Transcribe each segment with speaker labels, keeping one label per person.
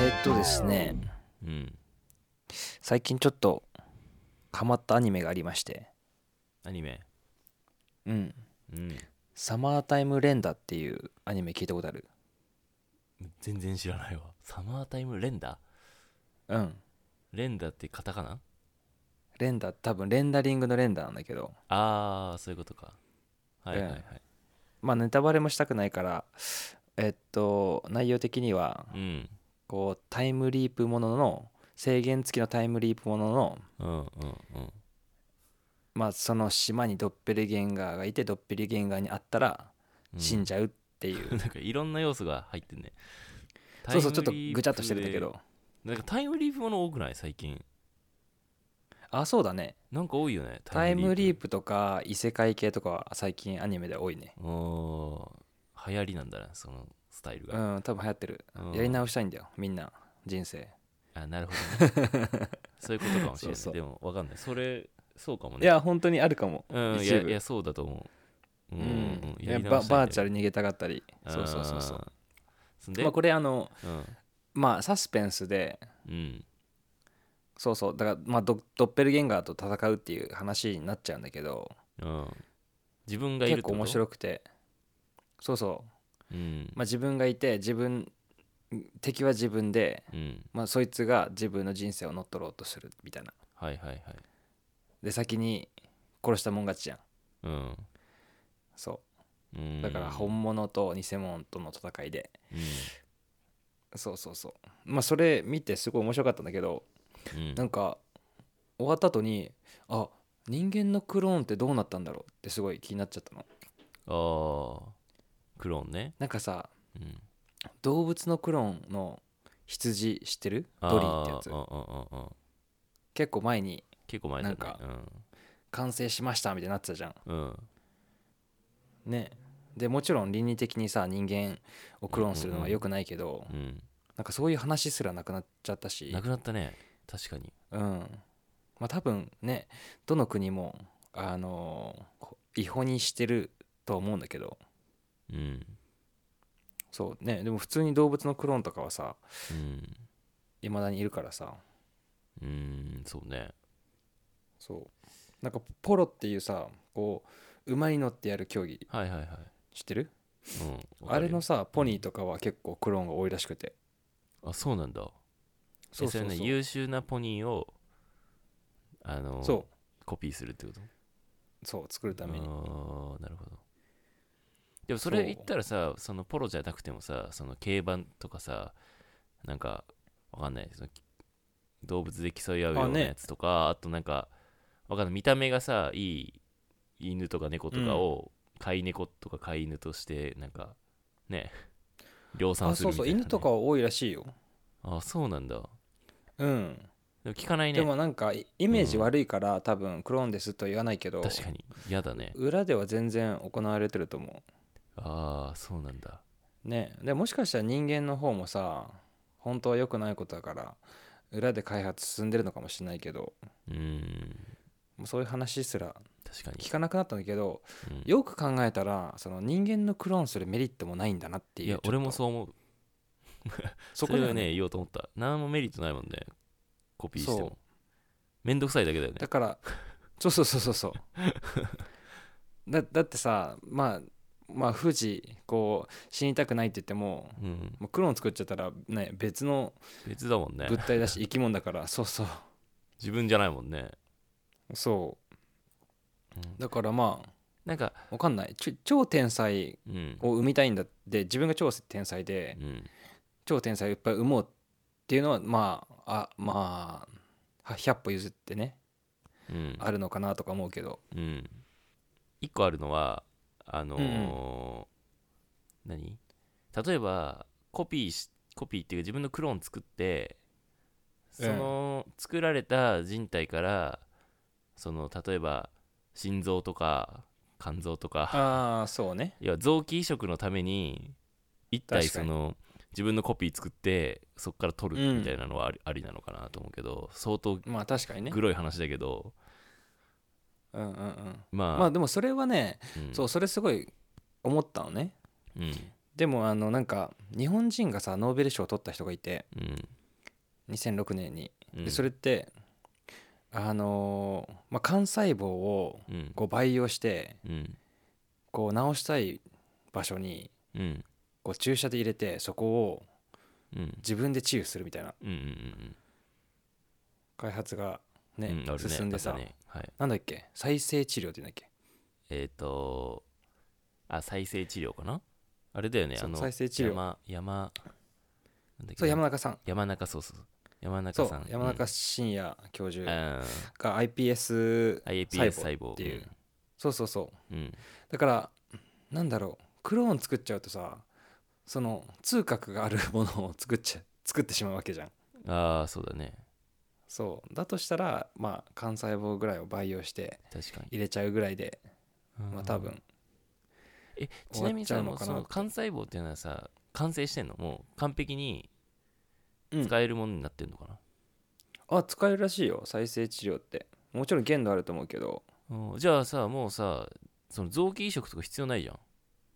Speaker 1: えーっとですね、
Speaker 2: うん。
Speaker 1: 最近ちょっとハマったアニメがありまして、
Speaker 2: アニメ。
Speaker 1: うん、
Speaker 2: うん。
Speaker 1: サマータイム連打っていうアニメ聞いたことある
Speaker 2: 全然知らないわ。サマータイム連打
Speaker 1: うん、
Speaker 2: 連打ってカタカナ
Speaker 1: 連打多分レンダリングの連打なんだけど、
Speaker 2: あー、そういうことか。はい
Speaker 1: ええ
Speaker 2: はいはい。
Speaker 1: まあネタバレもしたくないから、えっと、内容的には、
Speaker 2: うん。
Speaker 1: こう、タイムリープものの、制限付きのタイムリープものの、
Speaker 2: うんうんうん。
Speaker 1: まあその島にドッペルゲンガーがいて、ドッペルゲンガーに会ったら
Speaker 2: うん
Speaker 1: 死んじゃうっていう、
Speaker 2: なんかいろんな要素が入ってんね。
Speaker 1: そうそう、ちょっ
Speaker 2: タ
Speaker 1: と
Speaker 2: イムリープ
Speaker 1: ぐちゃっとしてるんだけ
Speaker 2: で。
Speaker 1: ど、
Speaker 2: なんかタイムリープもの多くない最近。
Speaker 1: あ、そうだね。
Speaker 2: なんか多いよね。
Speaker 1: タイムリー
Speaker 2: プ。
Speaker 1: プとか異世界系とかは最近アニメで多いね
Speaker 2: おー、流行りなんだな、そのスタイ
Speaker 1: う
Speaker 2: ルが。
Speaker 1: ん多分流行ってる
Speaker 2: うん
Speaker 1: やり直したいんだよみんな人生
Speaker 2: あ、なるほどね。 そういうことかもしれない。
Speaker 1: そうそう
Speaker 2: でもわかんない。それ、そうかもね。
Speaker 1: いや本当にあるかも
Speaker 2: うん、い
Speaker 1: 一
Speaker 2: や
Speaker 1: 部
Speaker 2: いやそうだと思う。
Speaker 1: う
Speaker 2: うんん、
Speaker 1: いや
Speaker 2: ば
Speaker 1: ババーチャ
Speaker 2: ル。
Speaker 1: ル逃げたかったり
Speaker 2: あー
Speaker 1: そうそうそうそう。
Speaker 2: そんで、
Speaker 1: まあこれあの
Speaker 2: うん、
Speaker 1: まあサスペンスで
Speaker 2: うん、
Speaker 1: そうそうだからまあドドッペルゲンガーと戦うっていう話になっちゃうんだけど
Speaker 2: うん。自分がいる
Speaker 1: 結
Speaker 2: って
Speaker 1: 構
Speaker 2: こと
Speaker 1: 面白くてそうそう
Speaker 2: うん、
Speaker 1: まあ自分がいて自分敵は自分で
Speaker 2: うん、
Speaker 1: まあそいつが自分の人生を乗っ取ろうとするみたいな
Speaker 2: はいはいはい。
Speaker 1: で先に殺したもん勝ちじゃん
Speaker 2: うん
Speaker 1: そう
Speaker 2: うん、
Speaker 1: だから本物と偽物との戦いで、
Speaker 2: う
Speaker 1: そうそうそうまあそれ見てすごい面白かったんだけど、
Speaker 2: ん、うん、
Speaker 1: なんか終わった後にあ人間のクローンってどうなったんだろうってすごい気になっちゃったの
Speaker 2: あークローンね。
Speaker 1: なんかさ
Speaker 2: うん、
Speaker 1: 動物のクローンの羊知ってるドリーってやつ
Speaker 2: あああああ
Speaker 1: 結構前に
Speaker 2: 結構前だね。
Speaker 1: なんか完成しましたみたいになってたじゃん
Speaker 2: うん、うん、
Speaker 1: ねでもちろん倫理的にさ人間をクローンするのは良くないけど、
Speaker 2: うん。
Speaker 1: なんかそういう話すらなくなっちゃったし
Speaker 2: なくなったね。確かに。
Speaker 1: うん、まあ多分ねどの国もあのーこ違法にしてるとは思うんだけど
Speaker 2: うん、
Speaker 1: そうねでも普通に動物のクローンとかはさ
Speaker 2: うん、
Speaker 1: いまだにいるからさ
Speaker 2: うん、そうね。
Speaker 1: そうなんかポロっていうさこう馬に乗ってやる競技
Speaker 2: はいはいはい。
Speaker 1: 知ってる
Speaker 2: うん、わ
Speaker 1: あ
Speaker 2: か
Speaker 1: れ
Speaker 2: るよ
Speaker 1: のさポニーとかは結構クローンが多いらしくて
Speaker 2: あそうなんだ
Speaker 1: そ
Speaker 2: そう
Speaker 1: そうそう
Speaker 2: ね優秀なポニーをあの
Speaker 1: そ
Speaker 2: コピーするってこと
Speaker 1: うそう作るために
Speaker 2: あーなるほどでも
Speaker 1: そ
Speaker 2: そ
Speaker 1: う
Speaker 2: れ言ったらさそのポロじゃなくてもさその競馬とかさなんかわかんないその動物で競い合うよ
Speaker 1: あ
Speaker 2: うな
Speaker 1: ね
Speaker 2: やつとかあ,、となんかわかんない見た目がさいい犬とか猫とかを飼い猫とか飼い犬としてなんかね量産
Speaker 1: あ
Speaker 2: す
Speaker 1: そ
Speaker 2: る
Speaker 1: う
Speaker 2: みた
Speaker 1: そ
Speaker 2: いうなね、
Speaker 1: 犬とかは多いらしいよ
Speaker 2: あそうなんだ
Speaker 1: うん
Speaker 2: でも聞かないね
Speaker 1: でもなんかイイメージ悪いから、多分クローンですとは言わないけど
Speaker 2: 確かに嫌だね
Speaker 1: 裏では全然行われてると思
Speaker 2: ああそうなんだ
Speaker 1: うねでもしかしたら人間の方もさ本当は良くないことだから裏で開発進んでるのかもしれないけど
Speaker 2: うーん
Speaker 1: もうそういう話すら
Speaker 2: 確かに
Speaker 1: 聞かなくなったんだけど
Speaker 2: うん
Speaker 1: よく考えたらその人間のクローンするメリットもないんだなっていう
Speaker 2: いや
Speaker 1: ちょっと
Speaker 2: 俺もそう思う
Speaker 1: そ
Speaker 2: そ
Speaker 1: こ
Speaker 2: れ
Speaker 1: だ
Speaker 2: は
Speaker 1: よね
Speaker 2: ね言おうと思った何もメリットないもんねコピーして
Speaker 1: そう
Speaker 2: もめんどくさいだけだよね
Speaker 1: だからそうそうそうそうそう だだってさまあまあ富士こう死にたくないって言っても
Speaker 2: うん
Speaker 1: もうクローン作っちゃったらね別の
Speaker 2: 別だもんね
Speaker 1: 物体だし生き物だからそうそう
Speaker 2: 自分じゃないもんね
Speaker 1: そう、
Speaker 2: うん
Speaker 1: だからま
Speaker 2: なんか
Speaker 1: あわかんないちょ超天才
Speaker 2: うん
Speaker 1: を生みたいんだって自分が超天才で
Speaker 2: うん
Speaker 1: 超天才をいっぱい生もうっていうのはまああまあは100歩譲ってね
Speaker 2: うん
Speaker 1: あるのかなとか思うけど
Speaker 2: うん一個あるのはあのー何例えばコピーしコピーっていうか自分のクローン作ってその作られた人体からその例えば心臓とか肝臓とか
Speaker 1: ああそうね
Speaker 2: いや臓器移植のために一体
Speaker 1: 確か
Speaker 2: そ
Speaker 1: に
Speaker 2: の自分のコピー作ってそこから取るみたいなのはあり,、ありなのかなと思うけど相当
Speaker 1: まあ確かにね
Speaker 2: グロい話だけど、
Speaker 1: うんうんうん
Speaker 2: まあ、
Speaker 1: まあでもそれはね
Speaker 2: うん
Speaker 1: そうそれすごい思ったのね
Speaker 2: うん
Speaker 1: でもあのなんか日本人がさノーベル賞を取った人がいて
Speaker 2: うん
Speaker 1: 2006年に
Speaker 2: うん
Speaker 1: でそれってあのーまあ、幹細胞を
Speaker 2: うん
Speaker 1: こう培養して
Speaker 2: うん
Speaker 1: こう治したい場所に
Speaker 2: うん
Speaker 1: こう注射で入れてそこを
Speaker 2: うん
Speaker 1: 自分で治癒するみたいな
Speaker 2: うんうんうん
Speaker 1: 開発が
Speaker 2: う
Speaker 1: ね、
Speaker 2: んあるね
Speaker 1: 進んでさ、
Speaker 2: あったねはい
Speaker 1: なんだっけ再生治療って言うんだっけ
Speaker 2: えっとあ再生治療かなあれだよね
Speaker 1: そう
Speaker 2: あの
Speaker 1: 再生治療
Speaker 2: 山山なんだっけ
Speaker 1: そう山中さん
Speaker 2: 山中そうそうそう山
Speaker 1: そ
Speaker 2: 中
Speaker 1: う
Speaker 2: さん
Speaker 1: 山中伸也教授
Speaker 2: うんあ
Speaker 1: が iPS
Speaker 2: ー iPS
Speaker 1: 細胞
Speaker 2: 細胞
Speaker 1: っていうそうそうそう
Speaker 2: うんうん
Speaker 1: だからなんだろうクローン作っちゃうとさその痛覚があるものを作っちゃ作ってしまうわけじゃん
Speaker 2: ああそうだね
Speaker 1: そうだとしたらまあ幹細胞ぐらいを培養して
Speaker 2: 確かに
Speaker 1: 入れちゃうぐらいでまあ多
Speaker 2: うん
Speaker 1: 分
Speaker 2: えち
Speaker 1: 終
Speaker 2: な
Speaker 1: わ
Speaker 2: み
Speaker 1: っ
Speaker 2: に
Speaker 1: ちゃ
Speaker 2: さ
Speaker 1: う
Speaker 2: も
Speaker 1: の
Speaker 2: う
Speaker 1: か
Speaker 2: そ
Speaker 1: な
Speaker 2: の幹細胞っていうのはさ完成してんのもう完璧に
Speaker 1: うん
Speaker 2: 使えるものになってんのかな、
Speaker 1: あ使えるらしいよ再生治療ってもちろん限度あると思うけど
Speaker 2: うんじゃあさもうさその臓器移植とか必要ないじゃん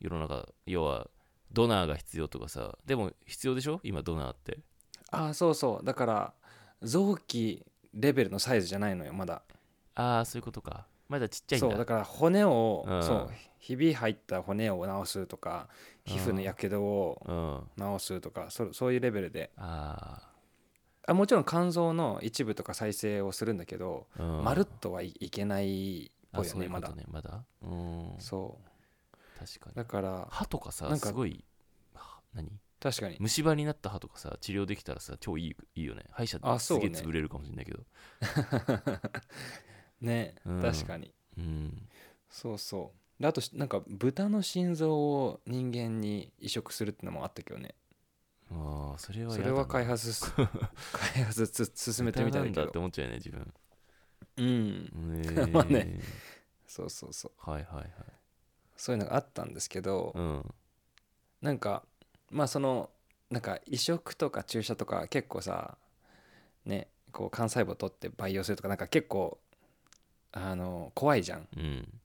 Speaker 2: 世の中要はドナーが必要とかさでも必要でしょ今ドナーって
Speaker 1: ああそうそうだから臓器レベルのサイズじゃないのよまだ
Speaker 2: ああそういうことかまだちっちゃいんだ
Speaker 1: そうだから骨を、
Speaker 2: うん
Speaker 1: そうひび入った骨を治すとか皮膚のやけどを
Speaker 2: うんあ
Speaker 1: 治すとかそそういうレベルで
Speaker 2: あ
Speaker 1: あもちろん肝臓の一部とか再生をするんだけど、
Speaker 2: ー、うん、
Speaker 1: まるっとはい、いけないっぽ
Speaker 2: あ
Speaker 1: いよ
Speaker 2: そうい
Speaker 1: ね
Speaker 2: う
Speaker 1: まだ
Speaker 2: ことねまだうん
Speaker 1: そ
Speaker 2: 確か
Speaker 1: う
Speaker 2: に
Speaker 1: だから
Speaker 2: 歯とかさ
Speaker 1: なんか
Speaker 2: すごいは何
Speaker 1: 確かに
Speaker 2: 虫歯になった歯とかさ治療できたらさ超いいいいよね歯医者
Speaker 1: あ
Speaker 2: す
Speaker 1: そう
Speaker 2: げえ
Speaker 1: ね
Speaker 2: 潰れるかもしれないけど
Speaker 1: ね、
Speaker 2: うん
Speaker 1: 確かに
Speaker 2: うん
Speaker 1: そうそうであとしなんか豚の心臓を人間に移植するってのもあったけどね
Speaker 2: ああそれは
Speaker 1: そ
Speaker 2: やだ
Speaker 1: れ
Speaker 2: な
Speaker 1: は開発 す開発つ進めてみたい
Speaker 2: 豚な
Speaker 1: だ
Speaker 2: んだ
Speaker 1: け
Speaker 2: って
Speaker 1: ど
Speaker 2: 思っちゃうよね自分
Speaker 1: うん
Speaker 2: ね
Speaker 1: まあねそうそうそう
Speaker 2: はいはいはい
Speaker 1: そういうのがあったんですけど、
Speaker 2: うん
Speaker 1: なんかまあそのなんか移植とか注射とか結構さねこう幹細胞取って培養するとかなんか結構あの怖いじゃんだ
Speaker 2: うん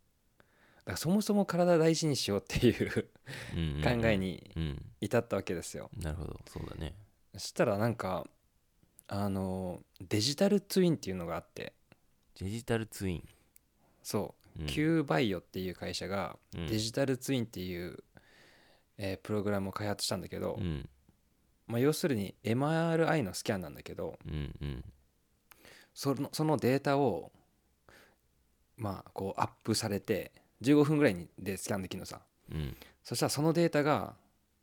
Speaker 1: からそもそも体大事にしようっていう
Speaker 2: うんうん
Speaker 1: 考えに
Speaker 2: うん
Speaker 1: 至ったわけですよ
Speaker 2: なるほどそうだね
Speaker 1: そしたらなんかあのデジタルツインっていうのがあって
Speaker 2: デジタルツイン
Speaker 1: そうう、
Speaker 2: ん
Speaker 1: Q バイオっていう会社が
Speaker 2: うん
Speaker 1: デジタルツインっていう、えープログラムを開発したんだけど、
Speaker 2: うん
Speaker 1: まあ、要するに MRI のスキャンなんだけど
Speaker 2: うんうん
Speaker 1: そのそのデータをまあこうアップされて15分ぐらいにでスキャンできるのさ
Speaker 2: うん
Speaker 1: そしたらそのデータが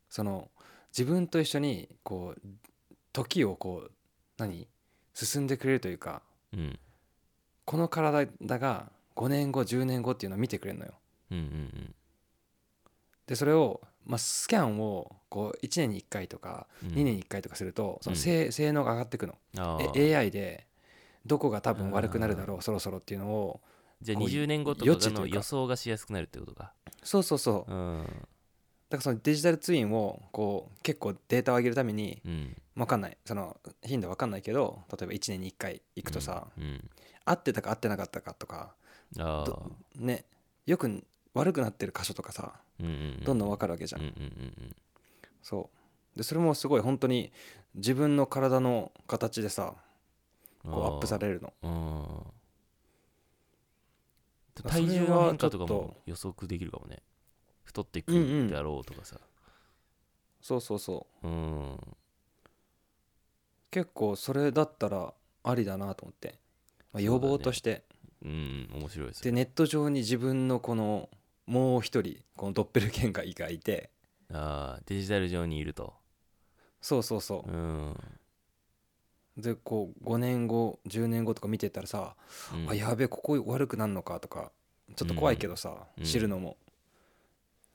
Speaker 1: その自分と一緒にこう時をこう何進んでくれるというか
Speaker 2: うん
Speaker 1: この体が5年後10年後っていうのを見てくれるのよ
Speaker 2: うんうん
Speaker 1: でそれを、まあ、スキャンをこう1年に1回とか
Speaker 2: うん
Speaker 1: 2年に1回とかするとその性,、性能が上がってくの
Speaker 2: あー
Speaker 1: え AI でどこが多分悪くなるだろうそろそろっていうのを
Speaker 2: じゃあ
Speaker 1: こう
Speaker 2: 20年後と
Speaker 1: 余
Speaker 2: か
Speaker 1: 地と
Speaker 2: の
Speaker 1: いうか
Speaker 2: 予想がしやすくなるってことか
Speaker 1: そうそうそうだ
Speaker 2: うん
Speaker 1: からそのデジタルツインをこう結構データを上げるために
Speaker 2: うん
Speaker 1: 分かんないその頻度分かんないけど例えば1年に1回行くとさ、
Speaker 2: うん
Speaker 1: 合ってたか合ってなかったかとか
Speaker 2: ああ
Speaker 1: どねよく悪くなってる箇所とかさどんどん分かるわけじゃん、
Speaker 2: うんうんうん
Speaker 1: そうでそれもすごい本当に自分の体の形でさ
Speaker 2: うん
Speaker 1: こうアップさ
Speaker 2: る
Speaker 1: れるの
Speaker 2: うん
Speaker 1: からそれ
Speaker 2: 体
Speaker 1: は
Speaker 2: 重の変化とか
Speaker 1: ちょっ
Speaker 2: も
Speaker 1: と
Speaker 2: 予測できるかもね太ってく
Speaker 1: うんう
Speaker 2: る
Speaker 1: ん
Speaker 2: だろうとかさ
Speaker 1: そうそうそう
Speaker 2: うん
Speaker 1: 結構それだったらありだなと思って、まあ、
Speaker 2: そうだね
Speaker 1: 予防として、
Speaker 2: うん面白いです
Speaker 1: で
Speaker 2: ね
Speaker 1: ネット上に自分のこのもう一人このドッペルゲンガーがいて
Speaker 2: あーデジタル上にいると
Speaker 1: そうそうそう
Speaker 2: う、ん
Speaker 1: でこう5年後10年後とか見てたらさ、
Speaker 2: うん
Speaker 1: あやべえここ悪くなんのかとかちょっと怖いけどさ、
Speaker 2: うん
Speaker 1: 知るのも、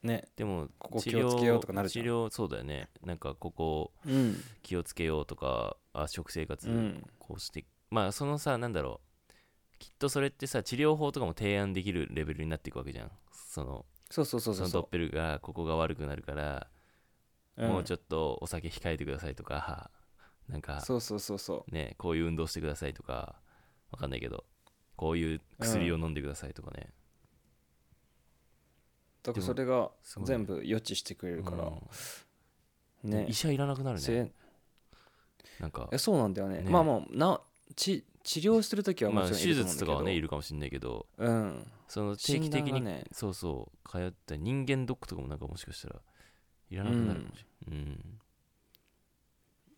Speaker 1: ね
Speaker 2: でも
Speaker 1: ここ
Speaker 2: 治
Speaker 1: 気をつけようとかなるじゃん
Speaker 2: 治療そうだよねなんかここ
Speaker 1: うん
Speaker 2: 気をつけようとかあ食生活
Speaker 1: うん
Speaker 2: こうしてまあそのさなんだろうきっとそれってさ治療法とかも提案できるレベルになっていくわけじゃんその
Speaker 1: そうそうそう
Speaker 2: そ
Speaker 1: そう
Speaker 2: のドッ
Speaker 1: そ
Speaker 2: ペルがここが悪くなるから
Speaker 1: う
Speaker 2: もうち
Speaker 1: ょっ
Speaker 2: ょっとお酒控えてくださいとか、なんか
Speaker 1: そうそうそうそ
Speaker 2: ね、こういう運動してくださいとか、わかんないけど、こういう薬を飲んでくださいとかね。
Speaker 1: うだか
Speaker 2: で
Speaker 1: ら
Speaker 2: も
Speaker 1: それが
Speaker 2: すごいね
Speaker 1: 全部予知してくれるから、
Speaker 2: ね
Speaker 1: ね
Speaker 2: 医者いらなくなるね
Speaker 1: せ
Speaker 2: なんか
Speaker 1: えそうなんだよね
Speaker 2: ね
Speaker 1: まあまあなち治療する時は
Speaker 2: ま
Speaker 1: も
Speaker 2: あ
Speaker 1: ちろんいると
Speaker 2: 手
Speaker 1: 思
Speaker 2: 術とかは
Speaker 1: うんだ
Speaker 2: ねい
Speaker 1: けど
Speaker 2: るかもしれないけど
Speaker 1: うん
Speaker 2: その定
Speaker 1: 診
Speaker 2: 期的
Speaker 1: 断が
Speaker 2: に
Speaker 1: ね
Speaker 2: そうそう通った人間ドックとかもなんかもしかしたらいらなくなるかもしれない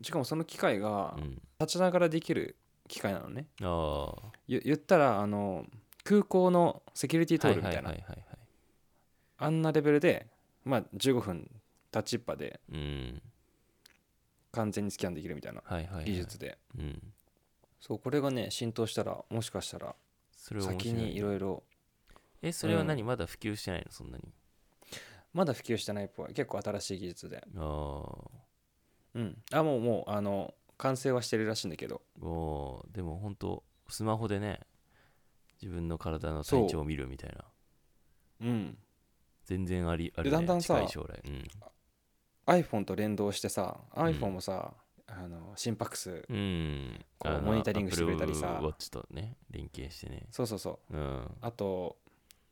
Speaker 1: しかもその機械が
Speaker 2: うん、うん
Speaker 1: 立ちながらできる機械なのね
Speaker 2: ああは
Speaker 1: ゆ言ったらあの空港のセキュリティ
Speaker 2: い
Speaker 1: 通
Speaker 2: はい
Speaker 1: るみ
Speaker 2: は
Speaker 1: たい
Speaker 2: い
Speaker 1: な、
Speaker 2: はいはい
Speaker 1: あんなレベルでまあ15分立ちっぱで
Speaker 2: うん
Speaker 1: 完全にスキャンできるみたいな
Speaker 2: はいはいはい
Speaker 1: 技術で、
Speaker 2: うん
Speaker 1: そうこれがね浸透したらもしかしたら
Speaker 2: それは面
Speaker 1: 先
Speaker 2: 白い
Speaker 1: にいろいろ
Speaker 2: えそれは何まだ普及してないのそんなに
Speaker 1: まだ普及してないっぽい結構新しい技術で
Speaker 2: ああ
Speaker 1: うんあもうもうあの完成はしてるらしいんだけど
Speaker 2: おーでも本当スマホでね自分の体の体調を見るみたいな
Speaker 1: うん
Speaker 2: 全然ありある、ね、
Speaker 1: だんだんさ
Speaker 2: 近い将来、うん、
Speaker 1: iPhone と連動してさ
Speaker 2: ん
Speaker 1: iPhone もさ、あの心拍数
Speaker 2: うん、
Speaker 1: こうモニタリングしてくれたりさ
Speaker 2: ウォッチとね、連携してね。
Speaker 1: そうそうそう
Speaker 2: うん。
Speaker 1: あと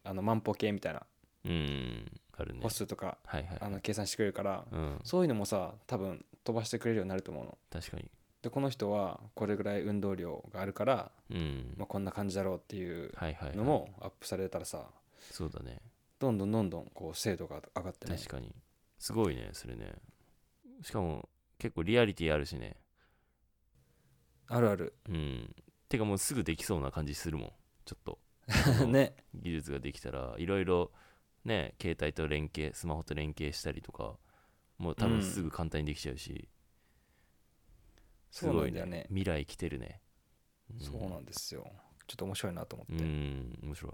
Speaker 1: あの万歩計みたいな
Speaker 2: うん。あるね
Speaker 1: 歩。数とか、
Speaker 2: はいはい。
Speaker 1: あの計算してくれるから、
Speaker 2: うん。
Speaker 1: そういうのもさ多分飛ばしてくれるようになると思うの
Speaker 2: 確かに。
Speaker 1: でこの人はこれぐらい運動量があるから、
Speaker 2: うん。
Speaker 1: まあ、こんな感じだろうっていう
Speaker 2: はいはいはい。
Speaker 1: のもアップされたらさ
Speaker 2: そうだね。
Speaker 1: どんどんどんどんこう精度が上がってね
Speaker 2: 確かに。すごいね、それね。しかも、結構リアリティあるしね。
Speaker 1: あるある
Speaker 2: うん。てかもうすぐできそうな感じするもん。ちょっと。
Speaker 1: ね
Speaker 2: 技術ができたら、いろいろ、ね、携帯と連携、スマホと連携したりとか、もう多分すぐ簡単にできちゃうし、す
Speaker 1: そうな
Speaker 2: ご
Speaker 1: ん
Speaker 2: い
Speaker 1: だよ
Speaker 2: ね。
Speaker 1: ね
Speaker 2: 未来来てるね。ん
Speaker 1: そうなんですよちょっと面白いなと思
Speaker 2: う
Speaker 1: って、
Speaker 2: ん、面白い。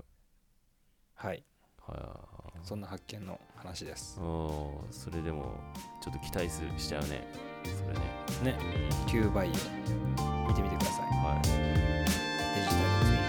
Speaker 1: はい
Speaker 2: は
Speaker 1: そんな発見の話です
Speaker 2: い。おーそれでも、ちょっと期待するしちゃうね。それね。
Speaker 1: ね
Speaker 2: うん
Speaker 1: 9倍見てみてください
Speaker 2: はい。
Speaker 1: デジタルツイン